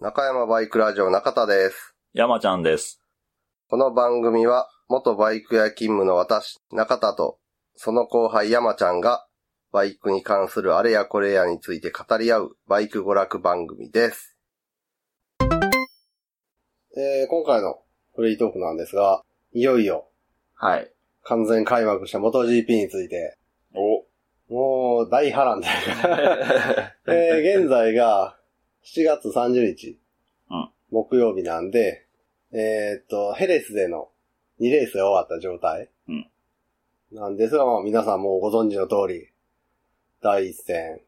中山バイクラジオ中田です。山ちゃんです。この番組は、元バイク屋勤務の私、中田と、その後輩山ちゃんが、バイクに関するあれやこれやについて語り合う、バイク娯楽番組です。えー、今回のフリートークなんですが、いよいよ はい。完全開幕した MotoGP について、お。もう大波乱で。えー現在が7月30日、うん木曜日なんで、えーっと、ヘレスでの2レースが終わった状態、うんなんですが、まあ皆さんもうご存知の通り、第1戦、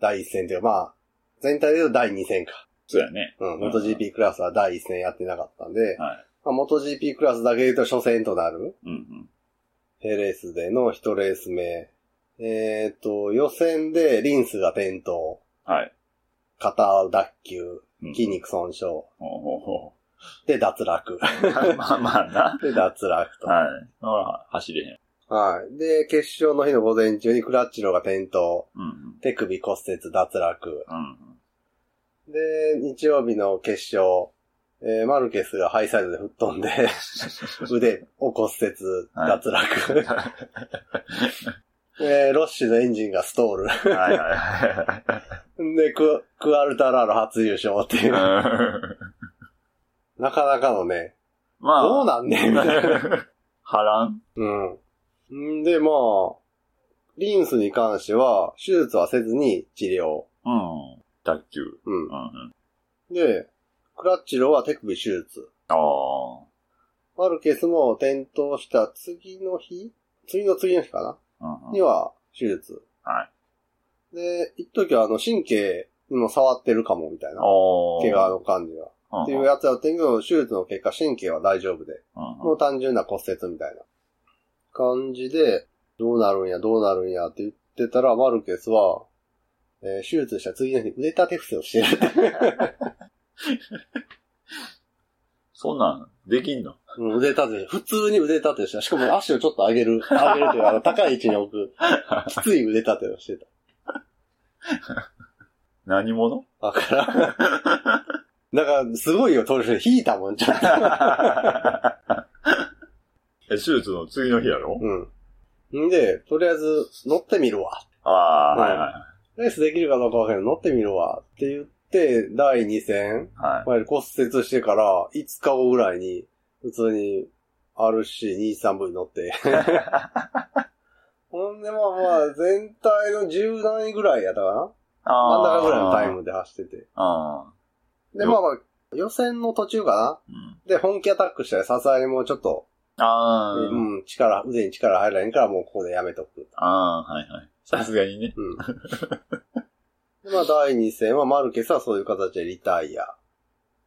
第1戦というかまあ、全体で言うと第2戦か。そうやね。うん、うん MotoGP クラスは第1戦やってなかったんで、はい。まあ、MotoGP クラスだけで言うと初戦となる、うんうん。ヘレスでの1レース目。えーっと、予選でリンスが転倒。はい。肩脱臼、うん筋。肉損傷、ほうほうほで脱落。 う。 まあまあな。で脱落と。はい。ほら、走れへん。はい。で、決勝の日の午前中にクラッチロが転倒、うんうん。手首骨折脱落。うんで、日曜日の決勝、えーマルケスがハイサイドで吹っ飛ん で、腕を骨折、はい脱落。 えーロッシュのエンジンがストーうん。はいはル。で、ク、クアルタラーの初優勝っていいう、はい。なかなかのね、まあ。 どうなんねんみたいな。波乱うん。んで、まあ、リンスに関しては、手術はせずに治療。うん。卓球。ううんうん。ん。で、クラッチロは手首手術。ああ。マルケスも転倒した次の日次の次の日かうんなうんには手術。。はいで、一時はあの、神経にも触ってるかもみたいな。おー怪我の感じが。うんうんっていうやつだったけど、手術の結果神経は大丈夫で。うんうんもう単純な骨折みたいな感じで、どうなるんや、どうなるんやって言ってたら、マルケスは、えー手術した次の日に腕立て伏せをしてる。そんなん、できんのうん腕立て、普通に腕立てした。しかも足をちょっと上げる、上げるというか、あの高い位置に置く、きつい腕立てをしてた。何者だから、だから、すごいよ、トルシ引いたもん、ちょっと。え手術の次の日やろうん。んで、とりあえず、乗ってみるわ。ああ、はいはい。レースできるかどうかわかんないけど乗ってみるわ。って言って、第2戦、はい。前に骨折してから5日後ぐらいに、普通に RC23V に乗って。ほんでまあまあ、全体の10何位ぐらいやったかな真ん中ぐらいのタイムで走ってて。あでまあまあ、予選の途中かーうんなで、本気アタックしたらさすがにもうちょっと、あー、うん、力、腕に力入らへんからもうここでやめとく。あー、はいはい。さすがにね。うん。でまあ、第2戦はマルケスはそういう形でリタイア。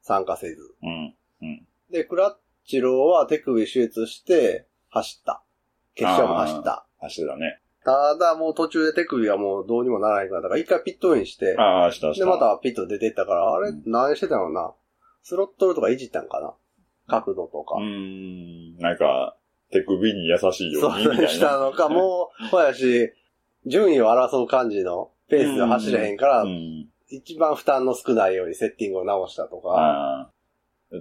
参加せず。うん。で、クラッチローは手首手術して走った。決勝も走った。走ってたね。ただもう途中で手首はもうどうにもならへんから、だから一回ピットインして、ああ、したした。でま。たピット出てったから、あれうん何してたのな。スロットルとかいじったんかな角度とかう。ーん、なんか、手首に優しいよそうに、みたいな。うしたのか、もう、ほやし、順位を争う感じのペースで走れへんから、うん。一番負担の少ないようにセッティングを直したとか。ああ。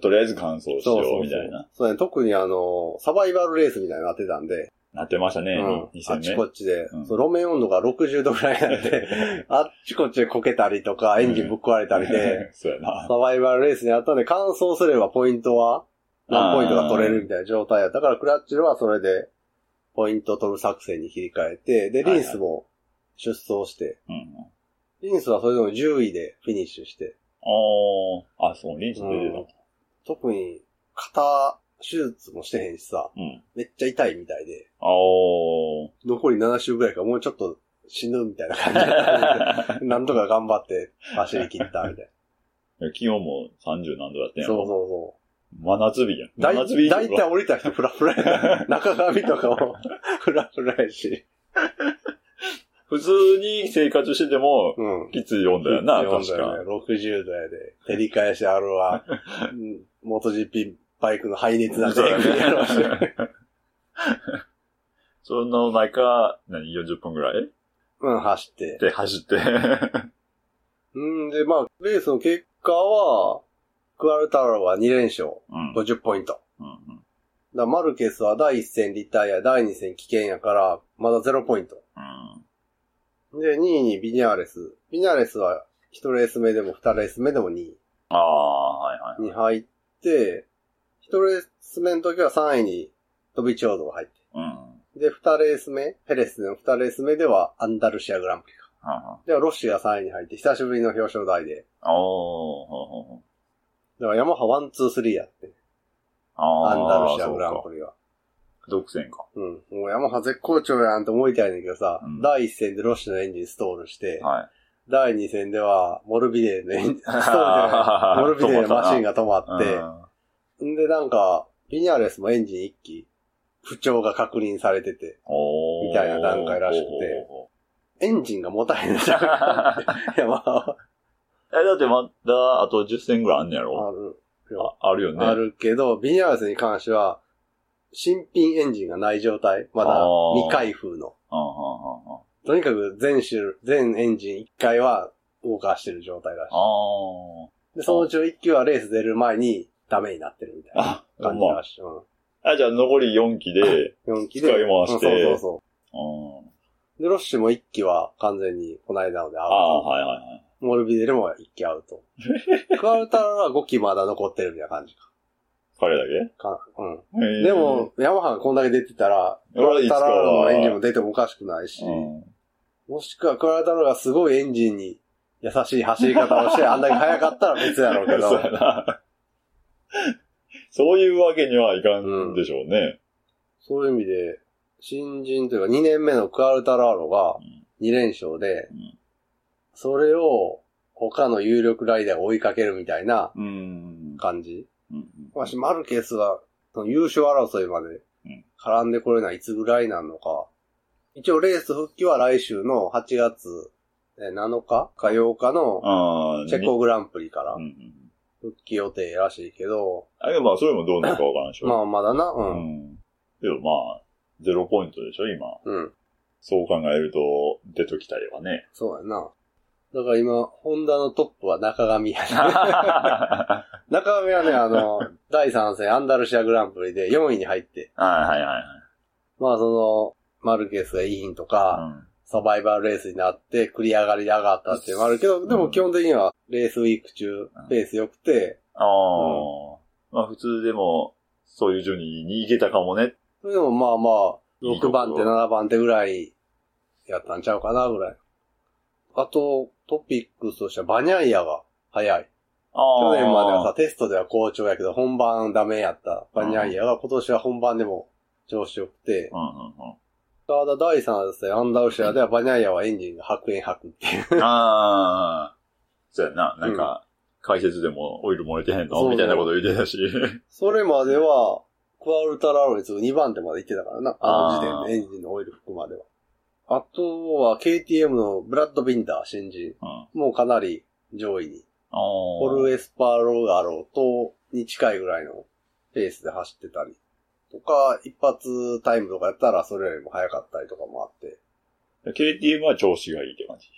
とりあえず乾燥しよう、みたいな。。そうね、特にあの、サバイバルレースみたいになってたんで、なってましたね、うんあ2っ戦ち目。こっちで、うんそう路面温度が60度ぐらいにな って、あっちこっちでこけたりとか、エンジンぶっ壊れたりで、 そうやな。サバイバルレースにあったんで、乾燥すればポイントは、何ポイントが取れるみたいな状態やったから、クラッチルはそれで、ポイント取る作戦に切り替えて、で、リンスも出走して、うん。リンスはそれでも10位でフィニッシュして、ああ、あ、そう、リンチ出て特に肩手術もしてへんしさ、た。うん。めっちゃ痛いみたいで、あお残り7周ぐらいからもうちょっと死ぬみたいな感じだったんでー。なんとか頑張って走り切ったみたい 気温も30何度だった な。やん。そうそうそ真夏日やん。う。だ真い夏日以上だいたい降りた人フラフラや。中髪とかもフラフラやし。普通に生活してても、うん。きつい温度やな、 64確度やか。ね。60度やで。照り返しあるわ。うん元 GP バイクの排熱なんてそうやねやろうしその中、何、40分ぐらいうん、走って。で走って。 うん、で、まあ、レースの結カは、クアルタロは2連勝、うん。 50ポイント。うんだからマルケスは第1戦リタイア、第2戦危険やから、まだ0ポイント。うん。で、2位にビニャーレス。ビニャーレスは1レース目でも2レース目でも2位ああ、はいはい。に入って、1レース目の時は3位に飛びチョードが入って。うん。はで、2レース目、ペレスの2レース目ではアンダルシアグランプリか。んはではロッシが3位に入って、久しぶりの表彰台で。ん。おー、ほうほうほう。だからヤマハ1、2、3やって。アあンーダルシアグランプリは。そうか独占か。うん。もうヤマハ絶好調やんって思いたいんだけどさ、うん第1戦でロッシュのエンジンストールして、はい。第2戦ではモルビデのエ ンジン、ストールじゃないモルビデのマシンが止まっうて、んんでなんか、ビニャーレスもエンジン1機、不調が確認されてて、おーみたいな段階らしくてほうほうほうエンジンがもたへんじゃん。ヤマハは え、だってまだ、あと10戦ぐらいあんねやろあるああるよね。あるけど、ビニャーレスに関しては、新品エンジンがない状態。まだあー未開封の。うん。うんうんうんうんとにかく全種、全エンジン1回は動かしてる状態らしいあ。ーで、そのうちの1級はレース出る前にダメになってるみたいなあ、感じほんまらしい。うんあ、じゃあ残り4期 で、 4期で。使い回してうんそうそうそうんう。で、ロッシュも1期は完全にこの間のでアあウあ、ト。はいはいはい。モルビデルも1期ア ウト。クアルタラは5期まだ残ってるみたいな感じか。彼だけかうん。へーでも、ヤマハがこんだけ出てたら、クアルタラのエンジンも出てもおかしくないし、うんもしくはクアルタラがすごいエンジンに優しい走り方をして、あんだけ速かったら別やろうけ そうやど、な。そういうわけにはいかんでしょうね。そういう意味で、新人というか2年目のクアルタラーロがうん2連勝でうん、それを他の有力ライダーが追いかけるみたいなうん。感じ。うんまし、マルケスはその優勝争いまでうん絡んでこれないつぐらいなのか。一応レース復帰は来週の8月えー7日か8日のああ、チェコグランプリからうんうん。復帰予定らしいけど、あ、でもまあ、それもどうなるかわからんでしょ。まあまだな、う。うんん。でもまあ、ゼロポイントでしょ、今。うん。そう考えると、出ときたい わね。そうやな。だから今、ホンダのトップは中上 やな。は中上はね、あ の、第3戦アンダルシアグランプリで4位に入って、いはいはい。まあその、マルケスがいいんとか、うんサバイバルレースになって、繰り上がりで上がったっていうのもあるけど、でも基本的にはレースウィーク中、ペース良くて、ああ。まあ、普通でも、そういう順位に行けたかもね。それでもまあまあ、6番手、7番手ぐらいやったんちゃうかな、ぐらい。あと、トピックスとしてはバニャイアが早い。あ去あ。年まではさ、テストでは好調やけど、本番ダメやったバニャイアが今年は本番でも調子良くて、うんうんうん。ただ第3ですね、アンダルシアではバニャイアはエンジンが白煙吐くっていう。ああ。そうやな。なんか、解説でもオイル漏れてへんそうそのうみたいなこと言ってた し。それまでは、クアルタラロに次ぐ2番手まで行ってたからな。あの時点でエンジンのオイル吹くまでは。あとは KTM のブラッドビンダー新人。うん。あもうかなり上位に。あ。ポルエスパロガロとに近いぐらいのペースで走ってたり。とか、一発タイムとかやったらそれよりも早かったりとかもあって。 KTM は調子がいいって感じ。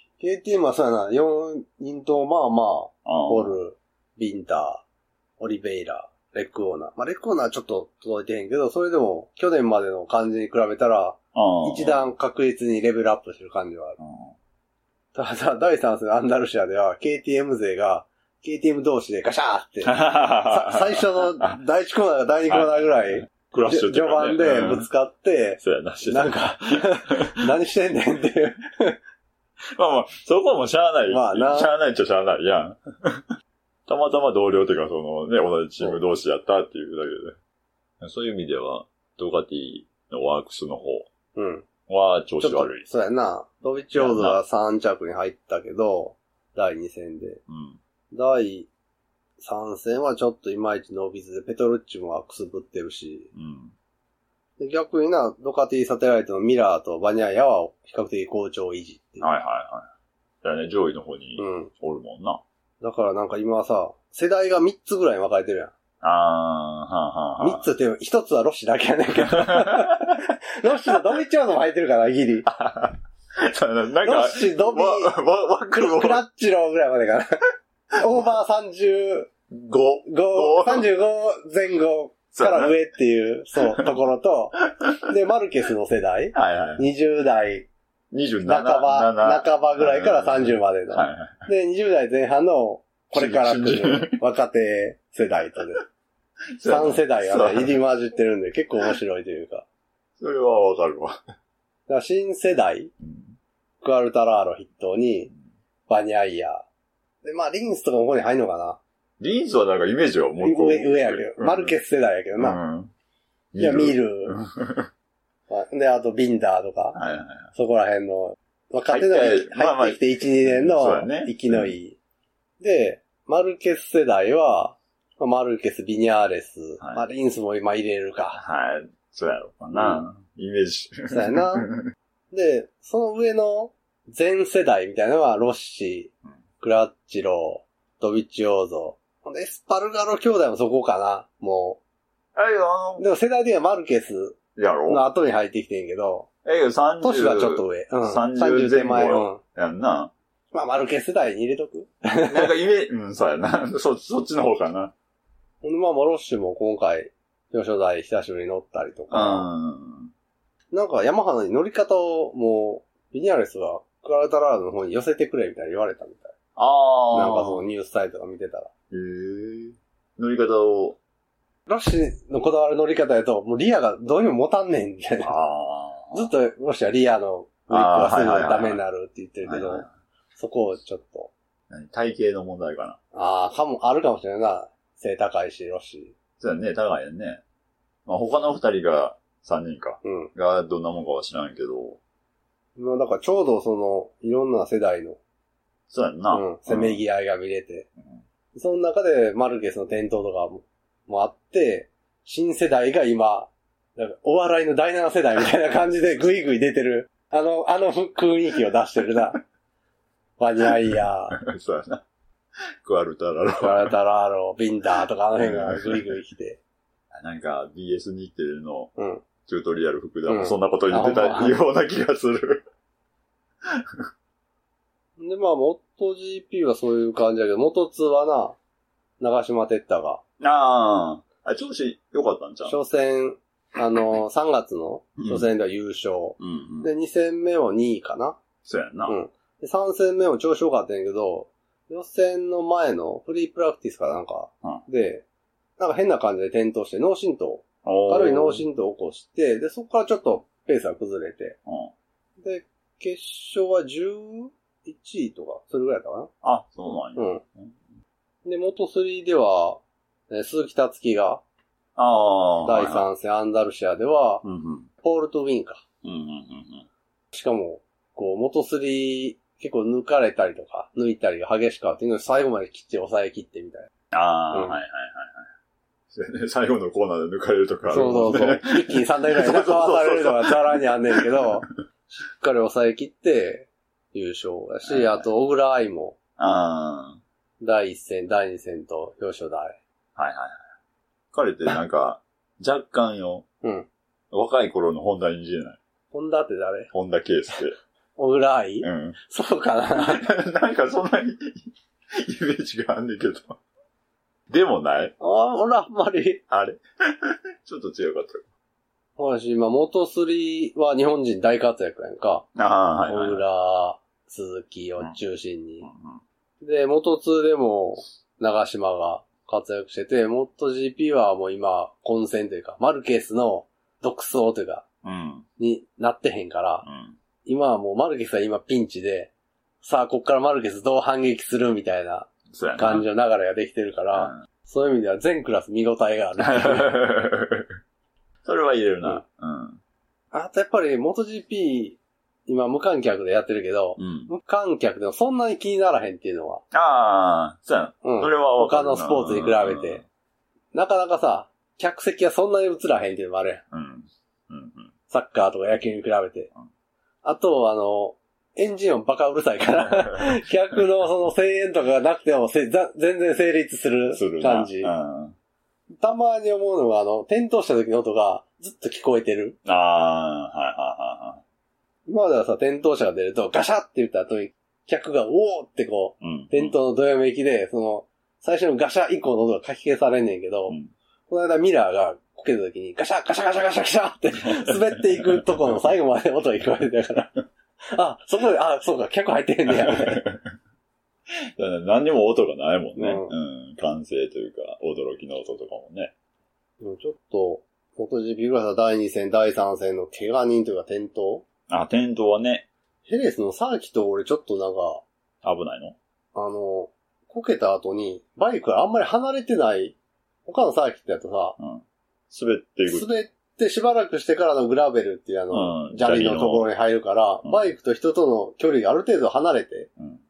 KTM はそうやな、4人ともまあまあ、ああ。ホル、ビンター、オリベイラ、レックオーナー。まあ、レックオーナーはちょっと届いてへんけど、それでも去年までの感じに比べたら、ああ。一。段確実にレベルアップしてる感じはある。ただ、第3戦アンダルシアでは KTM 勢が、KTM 同士でガシャーっ て、さ最最初の第1コーナーが第2コーナーぐらい、クラッじシュょってい序うかね盤でぶつか って、そうやな、してたなんか、何してんねんっていう。まあまあ、そこはもうしゃあない。まあなしゃあないっちゃしゃあないやん。 たまたま同僚というか、そのね、同じチーム同士やったっていうだけで。そういう意味では、ドカティのワークスの方うん。は調ちょ子っと悪い、。そうやな。飛びチョーズが3着に入ったけど、第2戦で。うん。第3戦はちょっといまいち伸びずで、ペトルッチもくすぶってるし、うん。で逆にな、ドカティサテライトのミラーとバニャイアは比較的好調を維持っていう。はいはいはい。だからね、上位の方にうん。おるもんな。だからなんか今さ、世代が3つぐらいに分かれてるやん。あー、はあ、はあ、は3つっていう、1つはロッシだけやね んけど。ロッシとドビチョーズも入ってるから、ギリ。あ。そうやななんロかッ、シ、ドビ、わ、わ、わ、クくるラクラッチローぐらいまでかな。オーバー35、 5。 35前後から上っていう、 そう、ところと、で、マルケスの世代、はいはい。 20代27。半ば、半ばぐらいから30までの。はいはい。で、20代前半の、これから来る若手世代 とね、3世代がね、入り混じってるんで、結構面白いというか。だかそれはわかるわ。ら新世代、クアルタラーロ筆頭に、バニャイヤー。で、まあ、リンスとかもここに入んのかなリンスはなんかイメージはもう一個上、上やけど、マルケス世代やけどうんな。うん。いや、ミーる。ル。 まあで、あと、ビンダーとか、はいはい。そこら辺の、若手の入ってまあまあ入ってきて1、2年そうだのね生きのいい。で、マルケス世代は、まあマルケス、ビニャーレス、はいまあリンスも今入れるか。はい。そうやろうかな。イメージ。そうや な。で、その上の全世代みたいなのは、ロッシー、クラッチロー、ドビッチオーゾ。ほんで、エスパルガロ兄弟もそこかな、もあれよ、あう。でも世代的にはマルケスの、やのろ後に入ってきてんけど、ええよ、30。年はちょっと。上。うん。 30前後前。うよん。やんな。まあ、マルケス世代に入れとく。なんかイメージ、うん、そうやな。そ、そっちの方かな。ほんで、まあ、モロッシュも今回、表彰台久しぶりに乗ったりとか、うん。なんかヤマハの乗り方をもう、ビニアレスがクアルタラードの方に寄せてくれみたいに言われたみたい。あなあ。んかそのニュースサイトが見てたら。へえ乗り方を。ロッシュのこだわる乗り方やと、もうリアがどうにも持たんねんみたいな。ああ。ずっとロッシュはリアのグリップがすぐダメになるって言ってるけはいはいどは、そこをちょっと、何体型の問題かな。ああ、かも、あるかもしれないな。背高いし、ロッシそうやね、高いやんね。まあ他の二人が、三人か。ュ。うん。がどんなもんかは知らんけど。まあ、だからちょうどその、いろんな世代のそうやんな。うん、せめぎ。ぎ合いが見れて。その中で、マルケスの転倒とかももあって、新世代が今、なんかお笑いの第7世代みたいな感じ でグイグイ出てる。あの、あの雰囲気を出してる な。バニャイヤー、 そうやな。クアルタラロ。ガラタラーロ、ビンダーとかあの辺がグイグイ来て。なんか BS 日テレのうん。チュートリアル福田うもんそんなこと言ってたあほんまような気が する。で、まあ、モット GP はそういう感じだけど、モト2はな、長島哲太が、ああ。あ、調子良かったんじゃん。初戦、あの、3月の初戦では優勝。うんうん。で、2戦目も2位かな。そうやんな。うんで、3戦目も調子良かったんやけど、予選の前のフリープラクティスかなんか、で、なんか変な感じで転倒して脳震盪、おー軽い脳震盪を起こして、で、そこからちょっとペースが崩れて、うんで、決勝は11位とか、それぐらいだったかあ、そうなんな。や。うん。で、元3では、えー鈴木達樹がああ。第3戦アンダルシアでは、うんうん。ポールとウィンか。うんうんうんしかも、こう、元すり、結構抜かれたりとか、抜いたりが激しかったっていうのを最後まできっちり抑え切ってみたいうん。ああ、うんはいはいはいはい。そうやね最後のコーナーで抜かれるとかな。あるそもうんそうそうね。。一気に3台ぐらい中わされるのがザラにあんねんけど、しっかり抑え切って優勝だはいし、はいあと、小倉愛も、 あ第1戦、第2戦と表彰台。あ。はいはいはい。彼ってなんか、若干よ。うん。若い頃の本田に似てない。本田って誰本田圭介。小倉愛うん。 そうかな。なんかそんなにイメージがあんねんけど。でもないあ俺あんまり。あれ ちょっと違かっ私、今、元すりは日本人大活躍やんか。た。ああ、はい小はい、はい。倉、鈴木を中心に。うんで、元通でも、長島が活躍してて、モット GP はもう今、混戦というか、マルケスの独走というか、うん。うん。になってへんから、うん。今はもうマルケスは今ピンチで、さあ、こっからマルケスどう反撃するみたいなそうやな。感じの流れができてるから、そういう意味では全クラス見応えがあうんる。 それは言えるな。うん。あとやっぱり、モト GP、今無観客でやってるけど、うん。無観客でもそんなに気にならへんっていうのは、ああ、そうやな。うんそれはわか他るなのスポーツに比べて。。なかなかさ、客席はそんなに映らへんっていうのもあるやん。うん。うん。 うんサッカーとか野球に比べてうん。あと、あの、エンジン音バカうるさいから、客のその声援とかがなくてもせざ全然成立するするな。感じう。ん。たまに思うのが、あの、転倒した時の音がずっと聞こえてる。ああ、はいはいはいはい。今まではさ、転倒者が出るとガシャって言った後に客が、おーってこうんう、伝統のどよめきで、その、最初のガシャ以降の音がかき消されんねんけど、うんこの間ミラーがこけた時に、ガシャガシャガシャガシャガシャって滑っていくとこの最後まで音が聞こえてたから、 あ、そこで、あ、そうか、客入ってへんねや。だから何にも音がないもんね。ううん。完成というか、驚きの音とかもね。でもちょっと、元 GP グラス第2戦、第3戦の怪我人というか転倒あ、転倒はね、ヘレスのサーキット俺ちょっとなんか、危ないのあの、こけた後に、バイクがあんまり離れてない、他のサーキットだとさ、滑っていく。滑ってしばらくしてからのグラベルっていうあの、う ん砂利のところに入るから、うんバイクと人との距離がある程度離れて、うん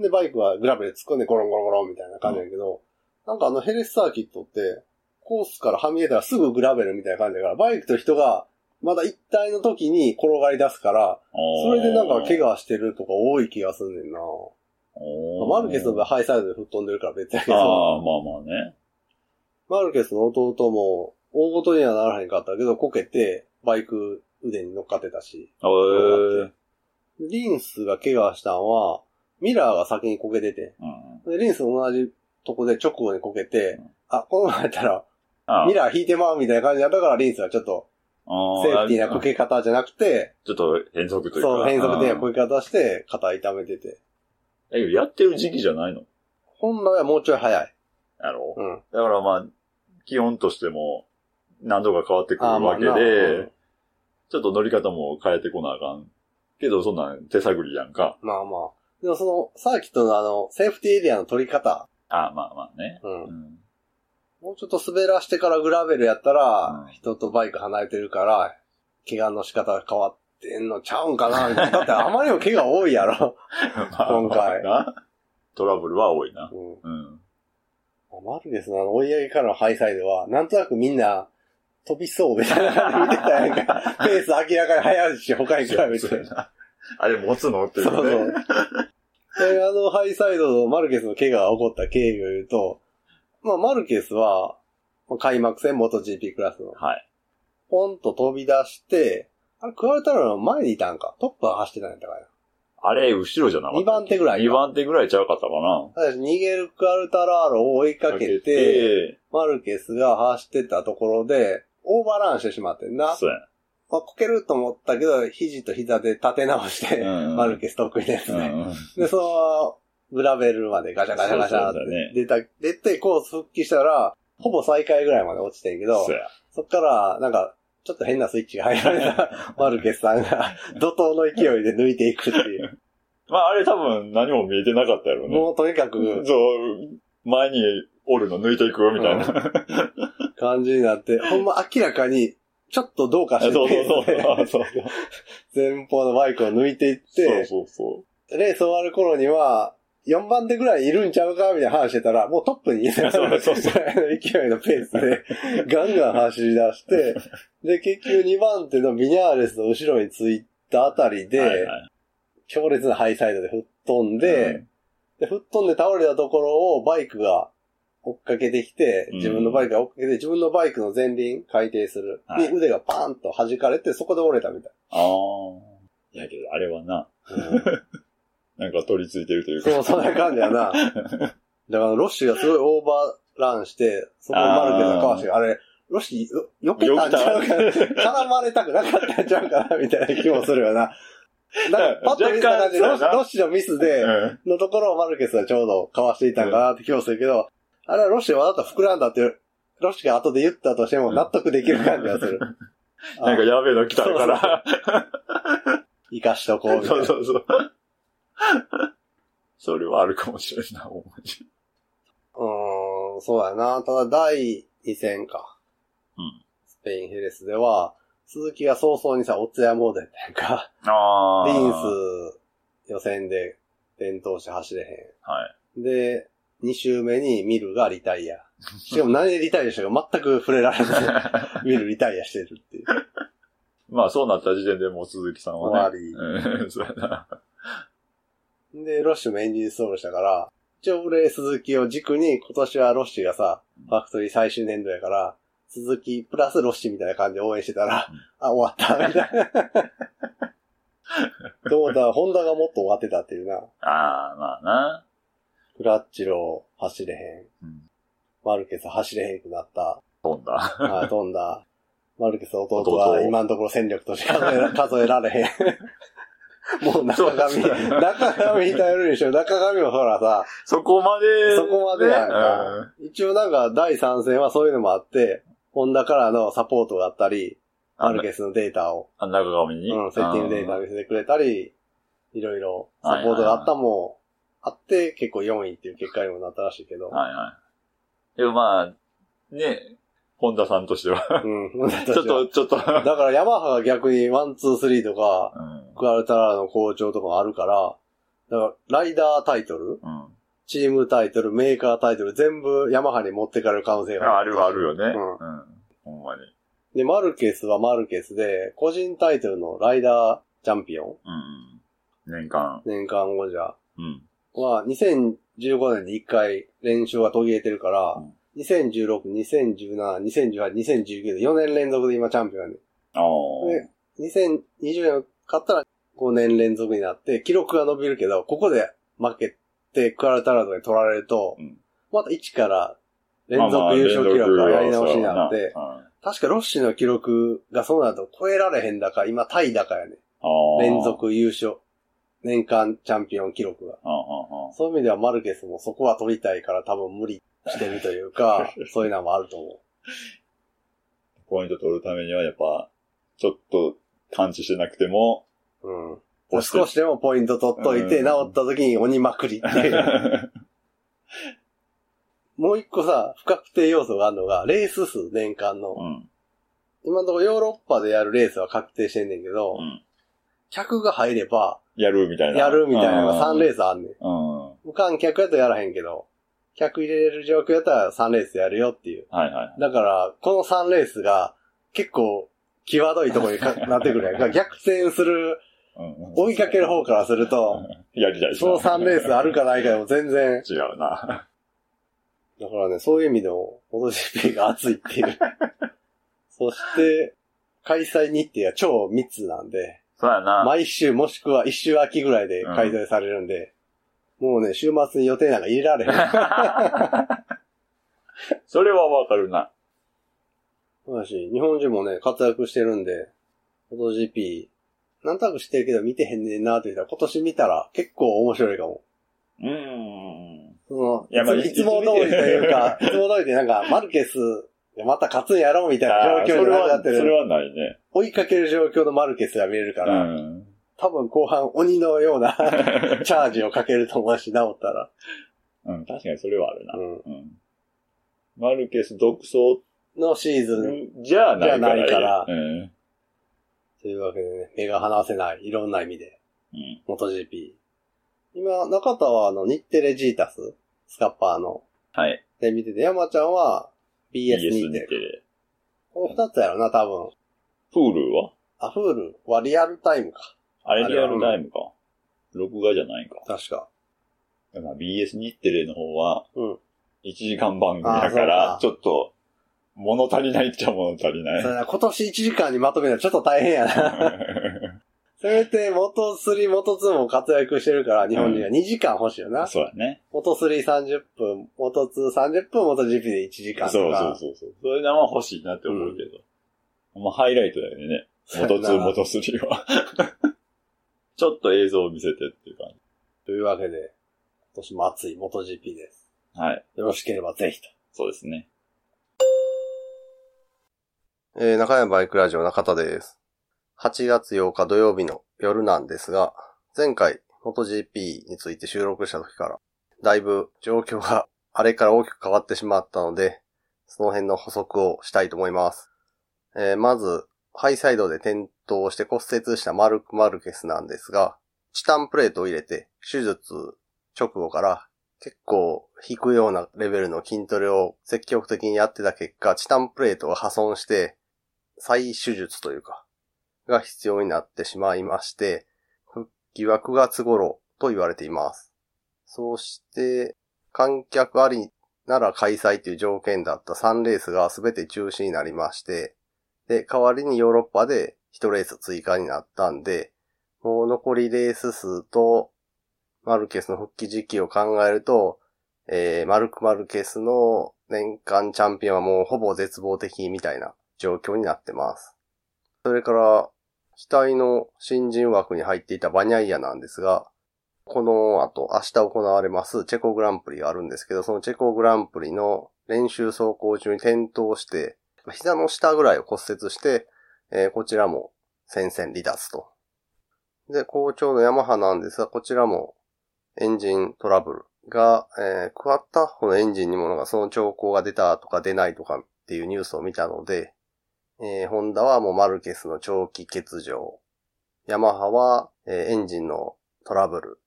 で、バイクはグラベル突っ込んでゴロンゴロンゴロンみたいな感じだけど、なんかあのヘレスサーキットって、コースからはみ出たらすぐグラベルみたいな感じだから、バイクと人がまだ一体の時に転がり出すから、それでなんか怪が。我してるとか多い気がすんねんな。おーマルケスの場合ハイサイドで吹っ飛んでるから別だけあど、あ、まあまあね。マルケスの弟も大ごとにはならへんかったけど、こけてバイク腕に乗っかってたし、あーリンスが怪我したんは、ミラーが先にこけてて、うん。でリンスも同じとこで直後にこけて、あ、この前やったら、あミラー引いてまうみたいな感じだったから、リンスはちょっと、あセーフティーなこあけ方じゃなくて、ちょっと変則というか。そう、変則的なうんこけ方して、肩痛めてて。だけどやってる時期じゃないの本来はもうちょい早い。やろうん。だからまあ、気温としても何度か変わってくるあーまわあけなうんで、ちょっと乗り方も変えてこなあかん。けど、そんなん手探りやんか。まあまあ。でもその、サーキットのあの、セーフティーエリアの取り方。ああ、まあまあね。うんう。 ん。もうちょっと滑らしてからグラベルやったらうん、人とバイク離れてるから、怪我の仕方が変わってんのちゃうんかなみたいな。だってあまりにも怪我多いやろ。今回なトラブルは多いな。 うんうん。マルゲスのあの追い上げからのハイサイドは、なんとなくみんな、飛びそうみたいな感じで見てたやん か。ペース明らかに速いし、他に比べて。そうそやうなあれ持つのっていうそね。う。で、あのハイサイドのマルケスの怪我が起こった経緯を言うと、まあマルケスは、まあ開幕戦元 GP クラスの、はい。ポンと飛び出して、あれ、食われたの前にいたんか。トップは走ってたんやったかあれ、後ろじゃなら。かった。 2番手ぐらいか。 2番手ぐらいちゃうかったかな。ただし、逃げるクアルタラーロを追いかけて、、マルケスが走ってたところで、オーバーランしてしまってんな。そうやなまあ、こけると思ったけど、肘と膝で立て直して、う んマルケス得意ですね。うんで、そのまま、グラベルまでガシャガシャガシャっそうそうそうだねて出た、出て、コース復帰したら、ほぼ最下位ぐらいまで落ちてんけどそう、や。そっから、なんか、ちょっと変なスイッチが入られた マルケスさんが、怒涛の勢いで抜いていくって いう。まあ、あれ多分何も見えてなかったやろね。もうとにかく、そう、前におるの抜いていくよみたいな。感じになって、ほんま明らかに、ちょっとどうかして そうるそうペそうースで そうそう。 前方のバイクを抜いていっそうて、そうそレース終わる頃には、4番手ぐらいいるんちゃうかみたいな話してたら、もうトップにいるぐらいのそうそうそ 勢いのペースで、ガンガン走り出 して、で、結局2番手のビニャーレスの後ろについたあたりう。で、はいはい強烈なハイサイドで吹っ飛んで、で、吹っ飛んで倒れたところをバイクが追っかけてきて、うん自分のバイクが追っかけて、自分のバイクの前輪回転する。はいで、腕がパーンと弾かれて、そこで折れたみたい。ああ。いやけど、あれはな、なんか取り付いてるというか。そう、そんな感じやな。だ から、ロッシーがすごいオーバーランして、そこをマルケのかわして、あれ、ロッシー、よ避けたんちゃうかな。よけ絡まれたくなかったんちゃうかな、みたいな気もするよな。なんか、パッと見た感じ、ロ若干そうやなッロッシーのミスで、うんのところをマルケスはちょうどかわしていたんかなって気もするけど、あれはロッシーはあなた膨らんだって、ロッシーが後で言ったとしても納得できる感じがする。 なんかやべえの来たから。生かしとこうみたい そなう。そうそう。それはあるかもしれんな、思いうーん、そうやな。ただ第2戦か。うんスペインヘレスでは、鈴木が早々にさ、おつやモーデンっていうか、あリンはス予選で転倒して走れい。へん。で、2周目にミルがリタイア。しかも何でリタイアしたか全く触れられず、 ミルリタイアしてるっていう。 まあ、そうなった時点でもう鈴木さんはね。終うんそうやな。で、ロッシュもエンジンストールしたから、一応俺鈴木を軸に今年はロッシュがさ、ファクトリー最終年度やから、鈴木プラスロッシュみたいな感じで応援してたら、あ、終わった、みたいな。と思ったら、ホンダがもっと終わってたっていうな。ああ、まあな。クラッチロー走れへん。うん。マルケス走れへんくなった。飛んだ。 あ飛んだ。マルケスの弟は弟今のところ戦力として数えら数えられへ ん。もう中そ上、うだ中上に頼るでしょ。中上はほらさ、そこまで。そこまでやんかね一応なんか第3戦はそういうのもあって、ホンダからのサポートがあったり、あマルケスのデータを、あ、中上にうん、セッティングデータ見せてくれたり、いろいろサポートがあったもあって、結構4位っていう結果にもなったらしいけど。はいはい。でもまあ、ね、本田さんとしては。うん、ちょっと、ちょっと。だからヤマハが逆にワン、ツー、スリーとか、うん。クアルタラの校長とかもあるから、だから、ライダータイトル、うん。チームタイトル、メーカータイトル、全部ヤマハに持ってかれる可能性があある。るあるよね。ううん。ほんまに。で、マルケスはマルケスで、個人タイトルのライダーチャンピオン、うん。年間。年間王者うん。は、2015年に1回練習が途切れてるから、うん2016、2017、2018、2019で4年連続で今チャンピオンやね。ああ。で2020年勝ったら5年連続になって、記録が伸びるけど、ここで負けて、クアルタラとかに取られると、うんまた1から連まあまあ続優勝記録がやり直しになっ。連て続、は確かロッシの記録がそうなると超えられへんだか、今タイだかやね。そうやなうんあ連。あ。続優勝。年間チャンピオン記録が。ああ、ああ。そういう意味ではマルケスもそこは取りたいから多分無理してるという か、そういうのもあると思ポイント取るためには、やっぱ、ちょっと感知してなくても、う。うん。押して少しでもポイント取っといて、うん治った時に鬼まくりっていう。もう一個さ、不確定要素があるのが、レース数年間の。 うん。今のところヨーロッパでやるレースは確定してんねんけど、うん客が入れば、やるみたいな。やるみたいなのが3レース。ースあんねん。うん。は無観客やとやらへんけど、客入れれる状況やったら3レースやるよっていう。いはい。だから、この3レースが結構、際どいところにかなってくるやん か。逆転する、うん追いかける方からすると、やりたいですその3レースある かないかでも全然。違うな。だからね、そういう意味でも、フォト GP が熱いって いう。そして、開催日程は超密なんで、そうやな。毎週もしくは一週秋ぐらいで開催されるんで、もうね、週末に予定なんか入れられへん。それはわかるな。そうだし、日本人もね、活躍してるんで、フォト GP、なんとなく知ってるけど見てへんねんなって言ったら、今年見たら結構面白いかも。うん。その、いやまあいついつも通りというか、いつも通りでなんか、マルケス、また勝つんやろうみたいなそ状況れになは、っそてる。れはないね。追いかける状況のマルケスが見れるかうら、ん。多分後半鬼のよう なチャージをかけると思うし、治ったら。うん、確かにそれはあるな。ううん。マルケス独走ん、のシーズン。じゃあないから。じゃないからうん。というわけでね、目が離せない、いろんな意味で、うん。元 GP。今、中田はあの、日テレジータス、スカッパーの、はい。で見てて、山ちゃんは BS に BS いにてて。。この二つやろな、多分。プールはあ、フールはリアルタイムか。あれリアルタイムか。録画じゃないか。確か。まあ、BS 日テレの方は、うん1時間番組だからあ、ちょっと、物足りないっちゃ物足りないそ。れな今年1時間にまとめるのちょっと大変やな。せめて、元3、元2も活躍してるから、日本人は2時間欲しいよな。 そうやね。元330分、元230分、元 GP で1時間そとうか。そうそうそう。そういうのは欲しいなって思うけど。まあ、ハイライトだよね。元そう2、や な元3は。 ちょっと映像を見せてっていう感というわけで、今年も熱い元 GP です。じ。はい。よろしければぜひと。そうですね。えー中山バイクラジオ中田です。8月8日土曜日の夜なんですが、前回、MotoGP について収録した時から、だいぶ状況があれから大きく変わってしまったので、その辺の補足をしたいと思います。えーまず、ハイサイドで転倒して骨折したマルク・マルケスなんですが、チタンプレートを入れて、手術直後から結構引くようなレベルの筋トレを積極的にやってた結果、チタンプレートが破損して、再手術というか、が必要になってしまいまして、復帰は9月頃と言われています。そうして、観客ありなら開催という条件だった3レースが全て中止になりまして、で、代わりにヨーロッパで1レース追加になったんで、もう残りレース数と、マルケスの復帰時期を考えると、えー、マルク・マルケスの年間チャンピオンはもうほぼ絶望的みたいな状況になってます。それから、期待の新人枠に入っていたバニャイアなんですが、この後、明日行われますチェコグランプリがあるんですけど、そのチェコグランプリの練習走行中に転倒して、膝の下ぐらいを骨折して、えーこちらも戦線離脱と。で、好調のヤマハなんですが、こちらもエンジントラブルが、えー、クワッタッホのエンジンにものがその兆候が出たとか出ないとかっていうニュースを見たので、えーホンダはもうマルケスの長期欠場。ヤマハは、えーエンジンのトラブル。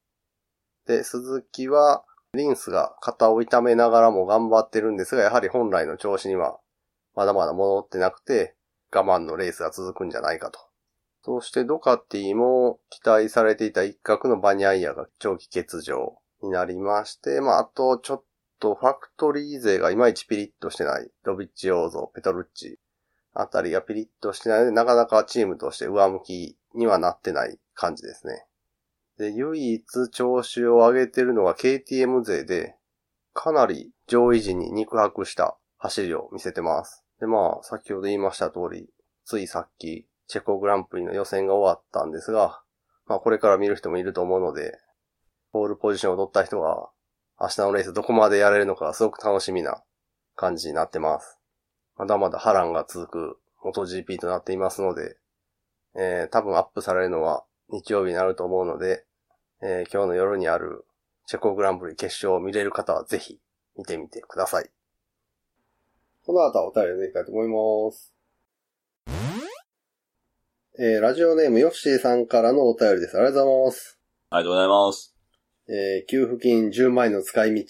で、鈴木は、リンスが肩を痛めながらも頑張ってるんですが、やはり本来の調子には、まだまだ戻ってなくて、我慢のレースが続くんじゃないかと。そしてドカティも期待されていた一角のバニャイアが長期欠場になりまして、まあ、あとちょっとファクトリー勢がいまいちピリッとしてない。ロビッチ王像、ペトルッチあたりがピリッとしてないので、なかなかチームとして上向きにはなってない感じですね。で、唯一調子を上げてるのが KTM 勢で、かなり上位陣に肉薄した走りを見せてます。で、まあ、先ほど言いました通り、ついさっき、チェコグランプリの予選が終わったんですが、まあこれから見る人もいると思うので、ポールポジションを取った人が、明日のレースどこまでやれるのかすごく楽しみな感じになってます。まだまだ波乱が続く MotoGP となっていますので、えー、多分アップされるのは日曜日になると思うので、えー今日の夜にあるチェコグランプリ決勝を見れる方はぜひ見てみてください。この後はお便りをでいきたいと思います。えー、ラジオネームヨッシーさんからのお便りです。ありがとうございます。ありがとうございます。えー給付金10万円の使い道。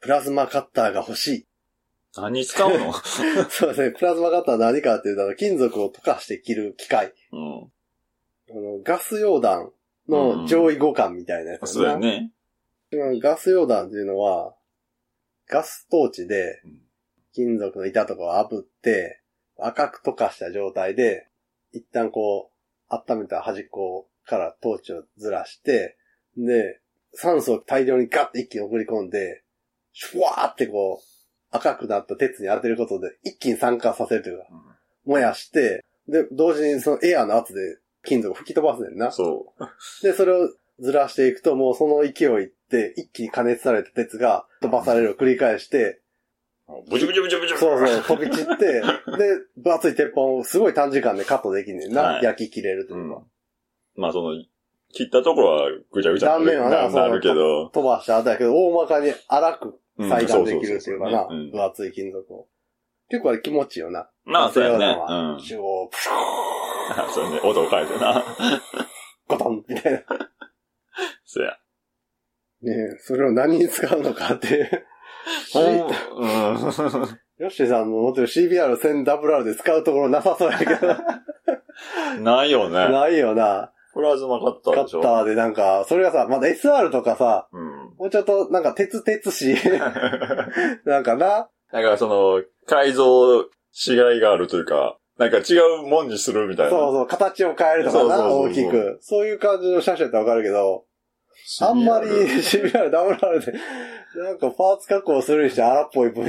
プラズマカッターが欲しい。何に使う のそうですね。プラズマカッター何かっていうとあの、金属を溶かして切る機械。うん。あのガス溶断の上位互換みたいなやつ、そうだよね。うんガス溶断っていうのは、ガストーチでうん、金属の板とかを炙って、赤く溶かした状態で、一旦こう、温めた端っこからトーチをずらして、で、酸素を大量にガッて一気に送り込んで、シュワーってこう、赤くなった鉄に当てることで一気に酸化させるというか、燃やして、で、同時にそのエアの圧で金属を吹き飛ばすねんな。そで、それをずらしていくと、もうその勢いって、一気に加熱された鉄が飛ばされるを繰り返して、う。ブチブチブチブチ。そうそう、飛び散 って、で、分厚い鉄板をすごい短時間でカットできんねんな。はい焼き切れるとういうんか。。まあその、切ったところはぐちゃぐちゃ断面はななそうなるけど。飛ばした後だけど、大まかに荒くうん裁断できるっていうかな。そうそうそうそうねうん分厚い金属を。結構あれ気持ちいいよな。まあそうやね。ガス溶う断はん。 中央、プシュあそうね。音を変えてな。 ッ、ゴトンみたいな。そうや。ねえ、それを何に使うのか って。うん。 ヨッシーさんの持ってる CBR1000WR で使うところなさそうやけど、 ないよね。ないよな。プラズマカッカターでしッょ。ターでなんか、それがさ、まだ SR とかさ、うん。もうちょっとなんか鉄鉄し、 なんかな、 なんかその、改造しがいがあるというか、なんか違うもんにするみたそいうな。そう、形を変えるとかな、そ大うそうそうそきうく。そういう感じの車種だったらわかるけど、あんまり CBR、WR で、なんかパーツ加工するにして荒っぽい部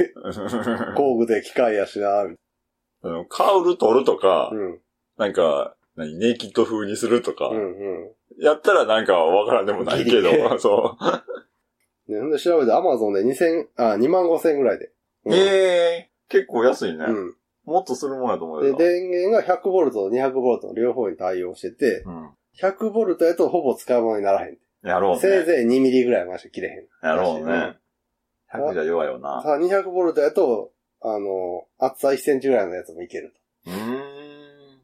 工具で機械やしな、み あのカウル取るとかたい、なうん、なんか、何、ネイキッド風にするとかう、ん、うん。やったらなんかわからんでもないけギリねど、そね、ほんで調べて Amazon で2000、あ、2万5000円ぐらいで。うう。んええ、結構安いね。うん。もっとするもんやと思うで、よ。電源が 100V と 200V の両方に対応してて、うん。 100V やとほぼ使うものにならへん。やろうせいね。ぜい2ミリぐらいまでしか切れへん。やろうね。らしいね100じゃ弱いよな。さあ、200ボルトやと、あの、厚さ1センチぐらいのやつもいけるうーん。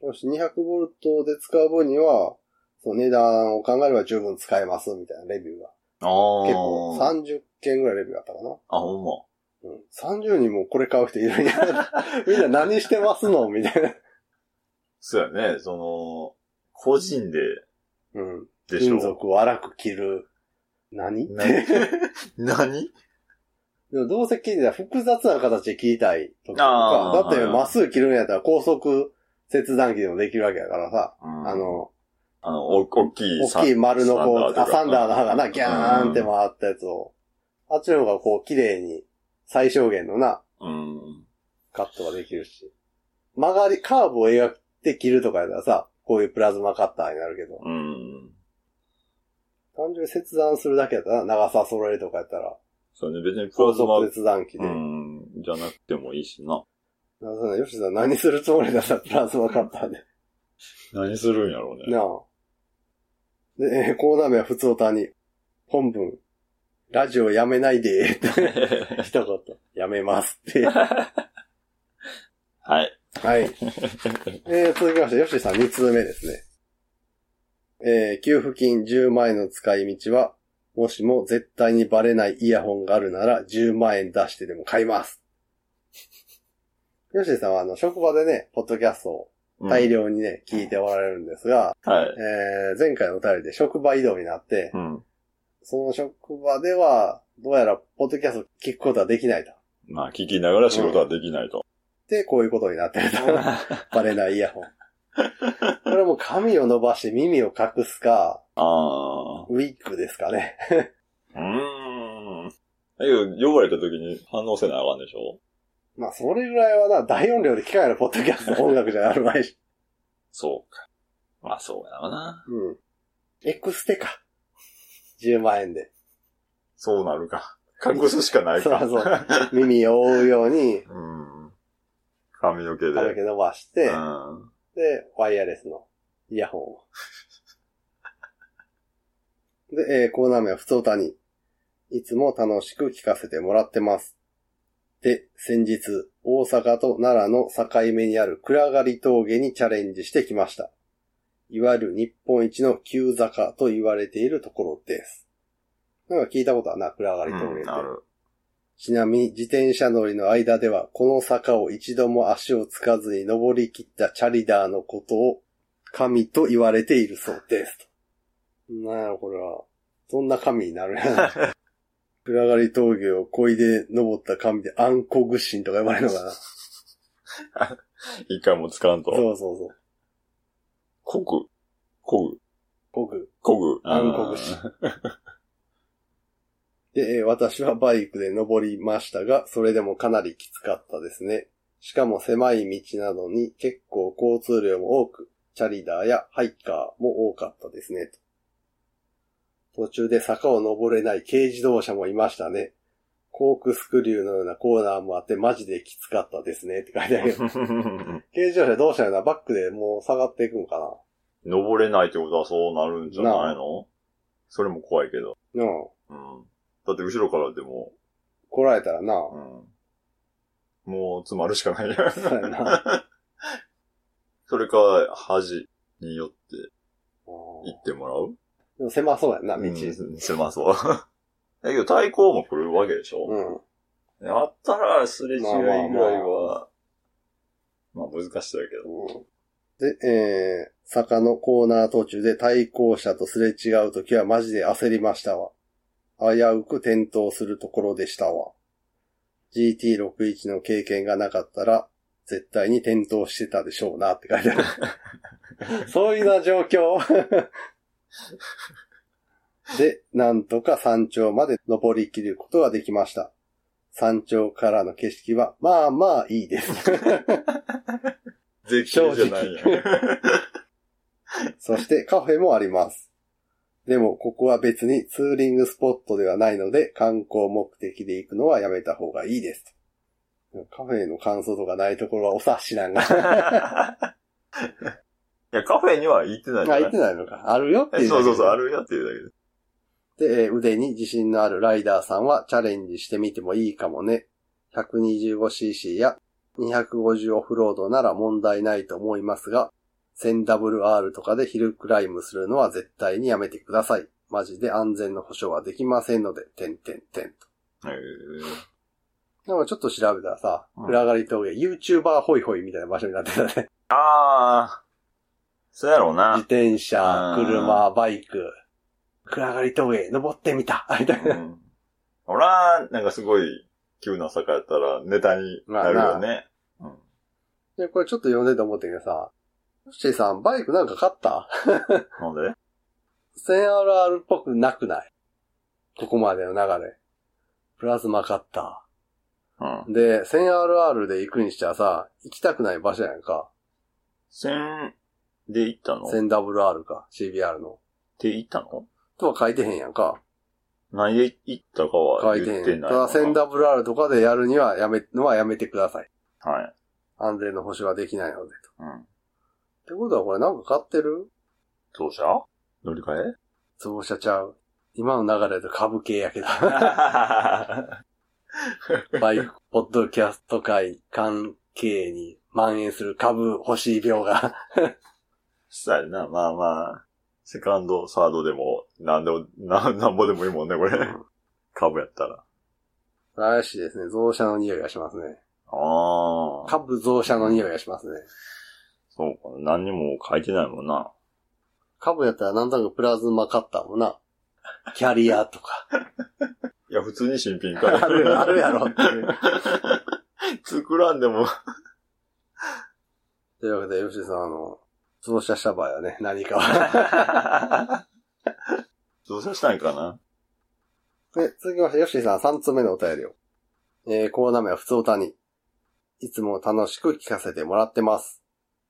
と。よし、200ボルトで使う分には、その値段を考えれば十分使えます、みたいなレビューが。ああ。結構、30件ぐらいレビューあったかな。あ、ほんま。うん。30人もこれ買う人いるんや。 みんな何してますのみたいな。そうやね、その、個人で、うん。でしょ。金属を荒く切る。何な 何でもどうせ切りたい。複雑な形で切りたい時とあか。ーだって、まっすぐ切るんやったら高速切断機でもできるわけやからさ。ああ、の、あの、お大きいサン大きい丸のこう、あ、サンダーの歯歯がな、ギャーンって回ったやつを、あっちの方がこう、綺麗に、最小限のな、うん。カットができるし。曲がり、カーブを描いて切るとかやったらさ、こういうプラズマカッターになるけど、うん。単純に切断するだけやったら、長さ揃えるとかやったら、そうね、別にプ高ラズマ、速う切断機で。ん、じゃなくてもいいしな。なそうだ、吉田さん何するつもりだったプラズマカッターで。何するんやろうね。なあ。で、えーコーナー名は普通歌に、本文、ラジオやめないで、って一言、やめますって。 はい。はい。えー、続きまして、吉井さん2通目ですね。えー、給付金10万円の使い道は、もしも絶対にバレないイヤホンがあるなら10万円出してでも買います。吉井さんはあの、職場でね、ポッドキャストをうん大量にね、聞いておられるんですが、はい。えー、前回のお便りで職場移動になって、うん。その職場では、どうやらポッドキャスト聞くことはできないと。まあ、聞きながら仕事はできないと。で、こういうことになって ると。バレないイヤホン。これも髪を伸ばして耳を隠すか、あウィッグですかね。あ。うん。だけど、呼ばれた時に反応せなあかんでしょまあ、それぐらいはな、大音量で機械のポッドキャスト音楽じゃあるまいし。そうか。まあ、そうやろな。うん。エクステか。10万円で。そうなるか。隠すしかないそうか。そう。耳を覆うように、うん。髪の毛で。髪の毛伸ばして、うん。で、ワイヤレスのイヤホンを。 で、えーコーナー名は普通歌に。いつも楽しく聞かせてもらってます。で、先日、大阪と奈良の境目にある暗がり峠にチャレンジしてきました。いわゆる日本一の急坂と言われているところです。なんか聞いたことはな、暗がり峠って。うんある。ちなみに自転車乗りの間では、この坂を一度も足をつかずに登り切ったチャリダーのことを神と言われているそうです。となんやろ、これは。どんな神になるんやろ。 暗がり峠を恋で登った神で暗黒神とか呼ばれるのかな。そ一回も使わんと。うそうそう。こぐ。こぐ。ごくこぐ。暗黒神。で、えー私はバイクで登りましたが、それでもかなりきつかったですね。しかも狭い道などに結構交通量も多く、チャリダーやハイカーも多かったですね。途中で坂を登れない軽自動車もいましたね。コークスクリューのようなコーナーもあってマジできつかったですねって書いて あるけど。軽自動車どうしたらいいのバックでもう下がっていくんか 登れないってことはそうなるんじゃないのそれも怖いけど。なうん。うん。だって後ろからでも、来られたらな。 うん。もう詰まるしかないそうやな。 それか、端によって行ってもらうでも狭そうやんな、道。うん狭そう。 だけど対抗も来るわけでしょ、うん。あったらすれ違いぐらいは、まあまあまあ難しそうやけど。で、えー、坂のコーナー途中で対向車とすれ違うときはマジで焦りましたわ。危うく転倒するところでしたわ。GT61 の経験がなかったら、絶対に転倒してたでしょうなって書いてある。そういうような状況。で、なんとか山頂まで登りきることができました。山頂からの景色は、まあまあいいです。絶景じゃないやん。そしてカフェもあります。でも、ここは別にツーリングスポットではないので、観光目的で行くのはやめた方がいいです。カフェの感想とかないところはお察し なんが。いや、カフェには行ってないあ、言っんじゃなてないのか。あるよっていいそうそうそう、ある。るよっていうだけで。で、えー腕に自信のあるライダーさんはチャレンジしてみてもいいかもね。125cc や250オフロードなら問題ないと思いますが、1000WR とかでヒルクライムするのは絶対にやめてください。マジで安全の保証はできませんので、点点点と。へなんかちょっと調べたらさ、うん暗がり峠、YouTuber ホイホイみたいな場所になってたね。ーああ、そうやろう自な。転車、うん車、バイク、暗がり峠、登ってみたみたいうな。ん、俺は、なんかすごい、急な坂やったらネタになるよね。で、これちょっと読んでて思ったけどさ、シチさん、バイクなんか買ったなんで 1000RR っぽくなくないここまでの流れ。プラズマ買った。うん。で、1000RR で行くにしちゃさ、行きたくない場所やんか。 1000で行ったのっ 1000WR か、CBR の。て行ったのとは書いてへんやんか。何で行ったか書はいて言へってん。なたいのだか。 1000WR とかでやるにはやめ、のはやめてください。はい。安全の保証はできないので。とうん。ってことはこれなんか買ってる当社乗り換え増車ちゃう。今の流れで株系やけど。バイク、ポッドキャスト界関係に蔓延する株欲しい病が。 したいな、まあまあ。セカンド、サードでも、なんでも、なんなんぼでもいいもんね、これ。株やったら。怪しいですね。増車の匂いがしますね。ああ。株増車の匂いがしますね。そうか、何にも書いてないもんな。株やったらなんとなくプラズマカッターもな。キャリアとか。いや、普通に新品 かある、あるやろっていう。 作らんで も。 というわけで、吉井さん、あの、増車した場合はね、何かは。どうしたんかなで、続きまして、吉井さん、3つ目のお便りを。えー、コーナー名は普通おたに。いつも楽しく聞かせてもらってます。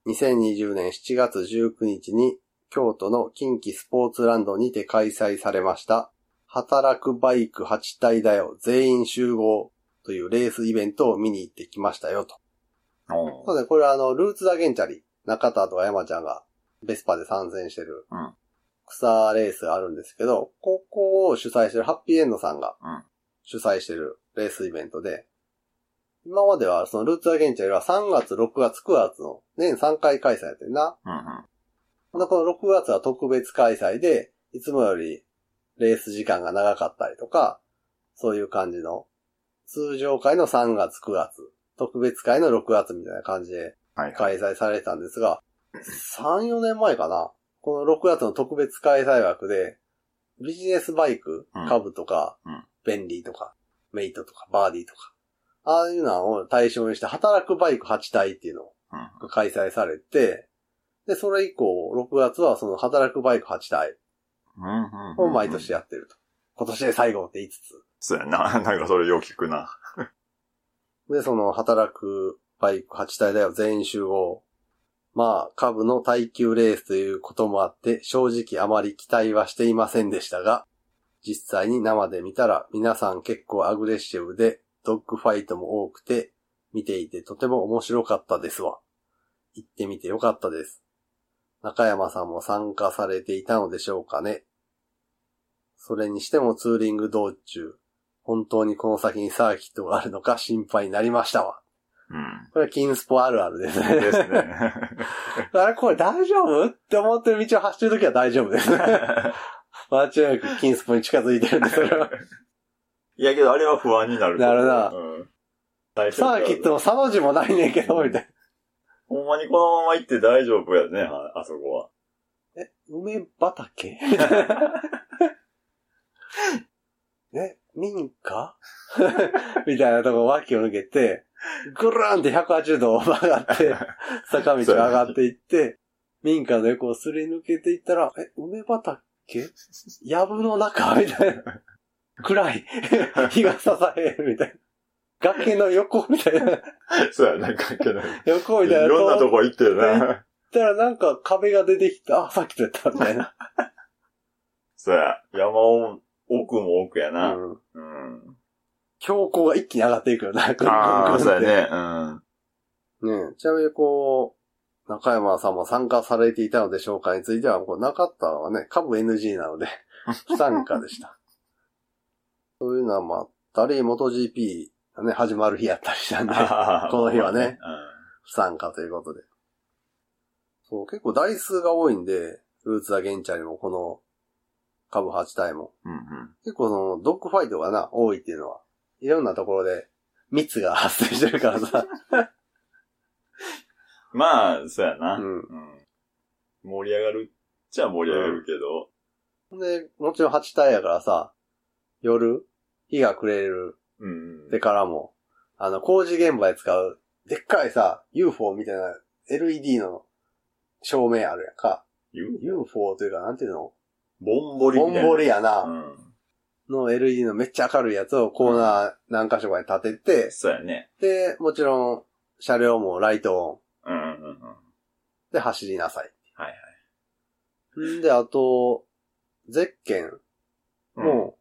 2020年7月19日に、京都の近畿スポーツランドにて開催されました、働くバイク8体だよ、全員集合というレースイベントを見に行ってきましたよと。そうですね、これはあの、ルーツダゲンチャリ、中田と山ちゃんがベスパで参戦してるうん、草レースがあるんですけど、ここを主催してるハッピーエンドさんがうん主催してるレースイベントで、今まではそのルーツダゲンチャリは3月、6月、9月の年3回開催やってるな。うんうん。この6月は特別開催で、いつもよりレース時間が長かったりとか、そういう感じの、通常会の3月、9月、特別会の6月みたいな感じではいはい。開催されてたんですが、3、4年前かな。この6月の特別開催枠で、ビジネスバイクうん、株とか、うんベンリーとか、メイトとか、バーディーとか、ああいうのを対象にして、働くバイク8体っていうのが開催されて、で、それ以降、6月はその働くバイク8体うんうをん毎年。やってると。今年で最後って言いつつ、そうやな。なんかそれよう聞くな。で、その、働くバイク8体だよ、全員集合。まあ、株の耐久レースということもあって、正直あまり期待はしていませんでしたが、実際に生で見たら皆さん結構アグレッシブで、ドッグファイトも多くて、見ていてとても面白かったですわ。行ってみてよかったです。中山さんも参加されていたのでしょうかね。それにしてもツーリング道中、本当にこの先にサーキットがあるのか心配になりましたわ。うん。 これは金スポあるあるですでね。 すね。あれこれ大丈夫って思ってる道を走ってるときは大丈夫です。間違いなく金スポに近づいてるんで、それは。いやけどあれは不安になる。なるなうん。大丈夫サかーキット。のサの字もないねんけど、みたいほんまにこのまま行って大丈夫やね、ああそこ は。な。え、梅畑 みたいなえ、民家 みたいなとこ脇を抜けて、ぐるーんって180度曲が って、坂道を上がっていって、民家の横をすり抜けていったら、え、梅畑やぶの中 みたいな。暗い。 日がささへんみたいな。崖の横みたい な。そうやな、関係ない。横みたいな。いろんなとこ行ってるな。通ったらなんか壁が出てきた。あ、さっきとやったみたいな。そうや。山を奥も奥や な。うんうん。標高が一気に上がっていくよな。ああ、ぐんぐんぐんそっうてやね。うん。ねえちなみにこう、中山さんも参加されていたのでしょうかについては、こうなかったのはね、株 NG なの で、不参加でした。そういうのはまあ、たり、MotoGP がね、始まる日やったりしたんで、不 この日はね参加ということで。そう、結構台数が多いんで、ルーツダゲンチャリもこの株8体も。 うん。うん結構その、ドッグファイトがな、多いっていうのは、いろんなところで密が発生してるからさ、うん。まあ、そうやな。ううんん。盛り上がるっちゃ盛り上がるけど。で、もちろん8体やからさ、夜、日が暮れるうん。でからも、あの、工事現場で使う、でっかいさ、UFO みたいな LED の照明あるやんか。言う UFO というか、なんていうのボンボリボみたンいな。ボリやうな。ん。の LED のめっちゃ明るいやつをコーナー何箇所かに立てそうやね。て、で、もちろん、車両もライトオンうんうんうん。で走りなさい。。はいはいんで、あと、ゼッケンうんも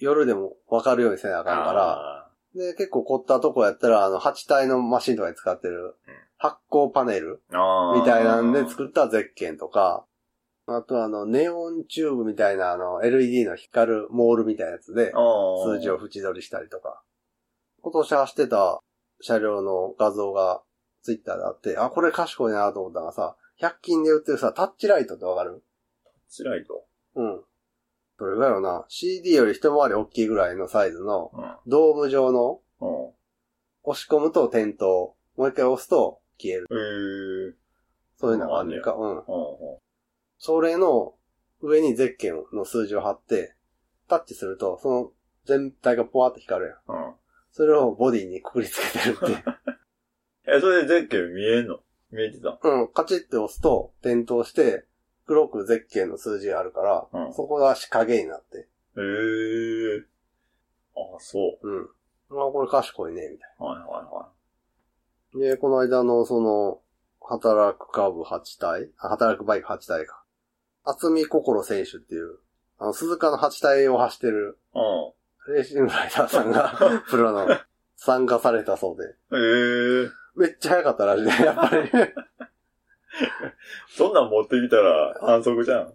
夜でもわかるようにせなあかんから、ら、で、結構凝ったとこやったら、あの、8体のマシンとかに使ってるうん発光パネルあーみたいなんで作ったゼッケンとか、あとあの、ネオンチューブみたいなあの、LED の光るモールみたいなやつで、あー数字を縁取りしたりとか。今年走ってた車両の画像がツイッターであって、あ、これ賢いなと思ったのがさ、100均で売ってるさ、タッチライトってわかるスライド。うん。どれぐらいよな。CD より一回り大きいぐらいのサイズのうん。ドーム状のうん。押し込むと点灯。もう一回押すと消える。えー。そういうのがあるねんか。うん。うんうん。それの上にゼッケンの数字を貼って、タッチすると、その全体がポワッと光るやん。うん。それをボディにくくりつけてるっていう。 え、それでゼッケン見えんの見えてたうん、カチッて押すと点灯して、黒くゼッケンの数字があるから、うんそこが仕掛けになって。へえー。あ、そ。うん。まあこれ賢いね、みたいうはいはいはな。で、この間のその、働くカーブ8体あ働くバイク8体か。厚み心選手っていう、あの、鈴鹿の8体を走ってる、い。うん。レーシングライダーさんが、プロの、参加されたそうで。ええー。めっちゃ速かったらしいね、やっぱり。そんなん持ってきたら反則じゃん。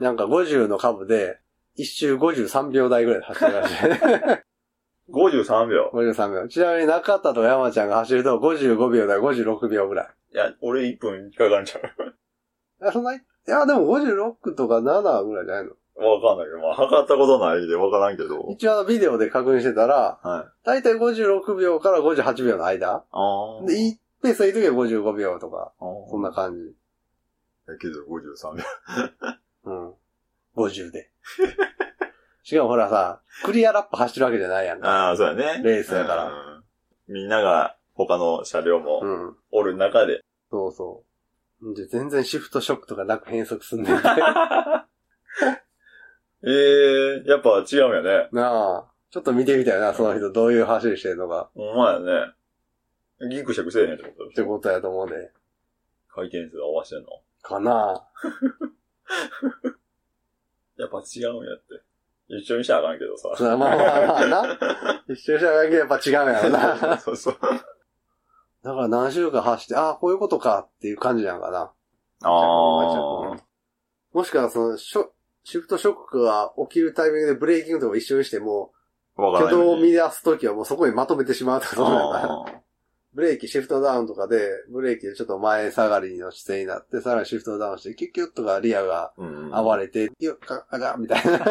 なんか50の株で、一周53秒台ぐらいで走ってるらしい。 53秒。 53秒。ちなみに中田と山ちゃんが走ると55秒だ、56秒ぐらい。いや、俺1分引っかかんちゃいや、そんなに、いや、でも56とか7ぐらいじゃないのう。 わかんないけど、まあ、測ったことないんでわからんけど。一応あのビデオで確認してたら、はい。だいたい56秒から58秒の間。ああ。で、いいペースがいい時は55秒とか、あーそんな感じ。だけど53秒。うん。50で。 しかもほらさ、クリアラップ走ってるわけじゃないやんか。ああ、そうやね。レースやからら。みんなが他の車両うもん。おる中で。そうそう。で、全然シフトショックとかなく変速すんねんて。ええー、やっぱ違うんやね。なあ。ちょっと見てみたいな、その人どういう走りしてるのか。ほんまやね。ギクシャクせえへんってことっでしてょことやと思うで。回転数合わせてんのかなやっぱ違うんやって。一緒にしたらあかんけどさ。まあまあまあまあな。一周しただけやっぱ違うやろな。 だかそうそう。ら何週間走って、ああ、こういうことかっていう感じなんかな。ああ。もしくはその、ショシフトショックが起きるタイミングでブレーキングとか一緒にしても、わから挙ない動をよね。見出すときはもうそこにまとめてしまうとかそうなんかなあー ブレーキ、シフトダウンとかで、ブレーキでちょっと前下がりの姿勢になって、さらにシフトダウンして、キュッキュッとかリアがうん。暴れて、キュッカッカッみたいな。も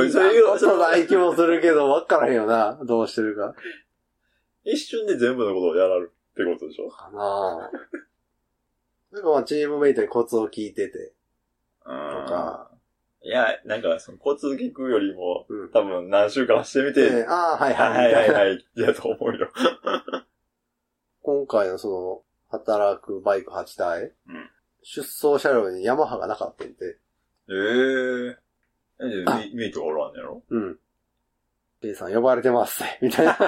うそれいう 言うことない気もするけど、わからへんよな。どうしてるか。一瞬で全部のことをやられるってことでしょかなぁ。なんかまあ、チームメイトにコツを聞いてて。とか。いや、なんか、その、コツ聞くよりも、うん。多分何週間してみで、て、ああ、はいははいい。 はいはいみたなはい、やと思うよ。今回のその、働くバイク8体。うん出走車両にヤマハがなかったんで。ええ。ミミートがおらんねや ろうん。P さん呼ばれてます ね。みたいな。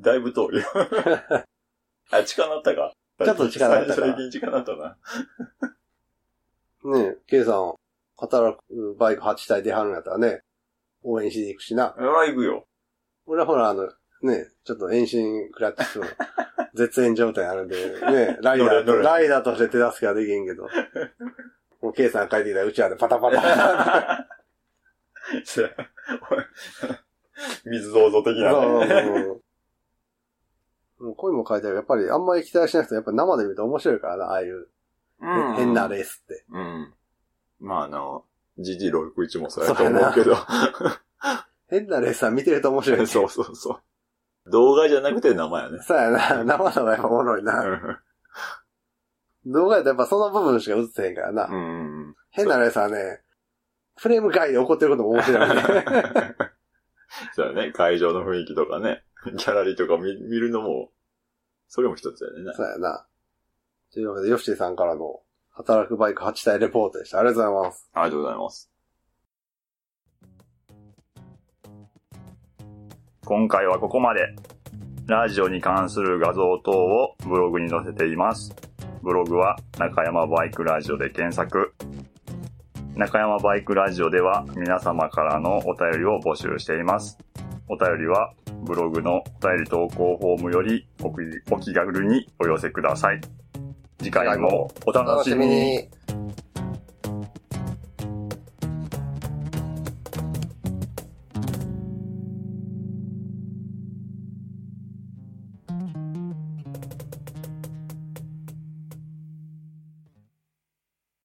だいぶ遠いよ。 あ、近なったか。ちょっと近なったか最近近なったな。ねえ、K さん、働くバイク8体出はるんやったらね、応援しに行くしな。俺は行くよ。俺はほら、あの、ね、ちょっと遠心クラッチと絶縁状態あるんで、ね、ライダ乗れー乗と、れライダーとして手助けはできんけど。もう、ケイさん帰ってきたら、うちわでパタパタ。せや 水銅像的なそうね。そうそう。 もう声も書いてあるやっぱりあんまり期待しなくて、やっぱ生で見ると面白いからな、ああいう、うん変なレースって。うん。まあ、あの、GG61 もそうやと思うけど。変なレースは見てると面白いね。そ そうそうそう。動画じゃなくて名前やね。うやな、生のがやっぱおもろいな。動画やとやっぱその部分しか映ってへんからな。うん。変なレースはね、フレーム外で起こってることも面白いね。 そうやね。会場の雰囲気とかね。ギャラリーとか見見るのもそれも一つやねん な。そうやな。というわけで、ヨッシーさんからの働くバイク8体レポートでした。ありがとうございます。ありがとうございます。今回はここまで。ラジオに関する画像等をブログに載せています。ブログは中山バイクラジオで検索。中山バイクラジオでは皆様からのお便りを募集しています。お便りはブログのお便り投稿フォームよりお気お気軽にお寄せください。次回もお楽楽ししみみに。に。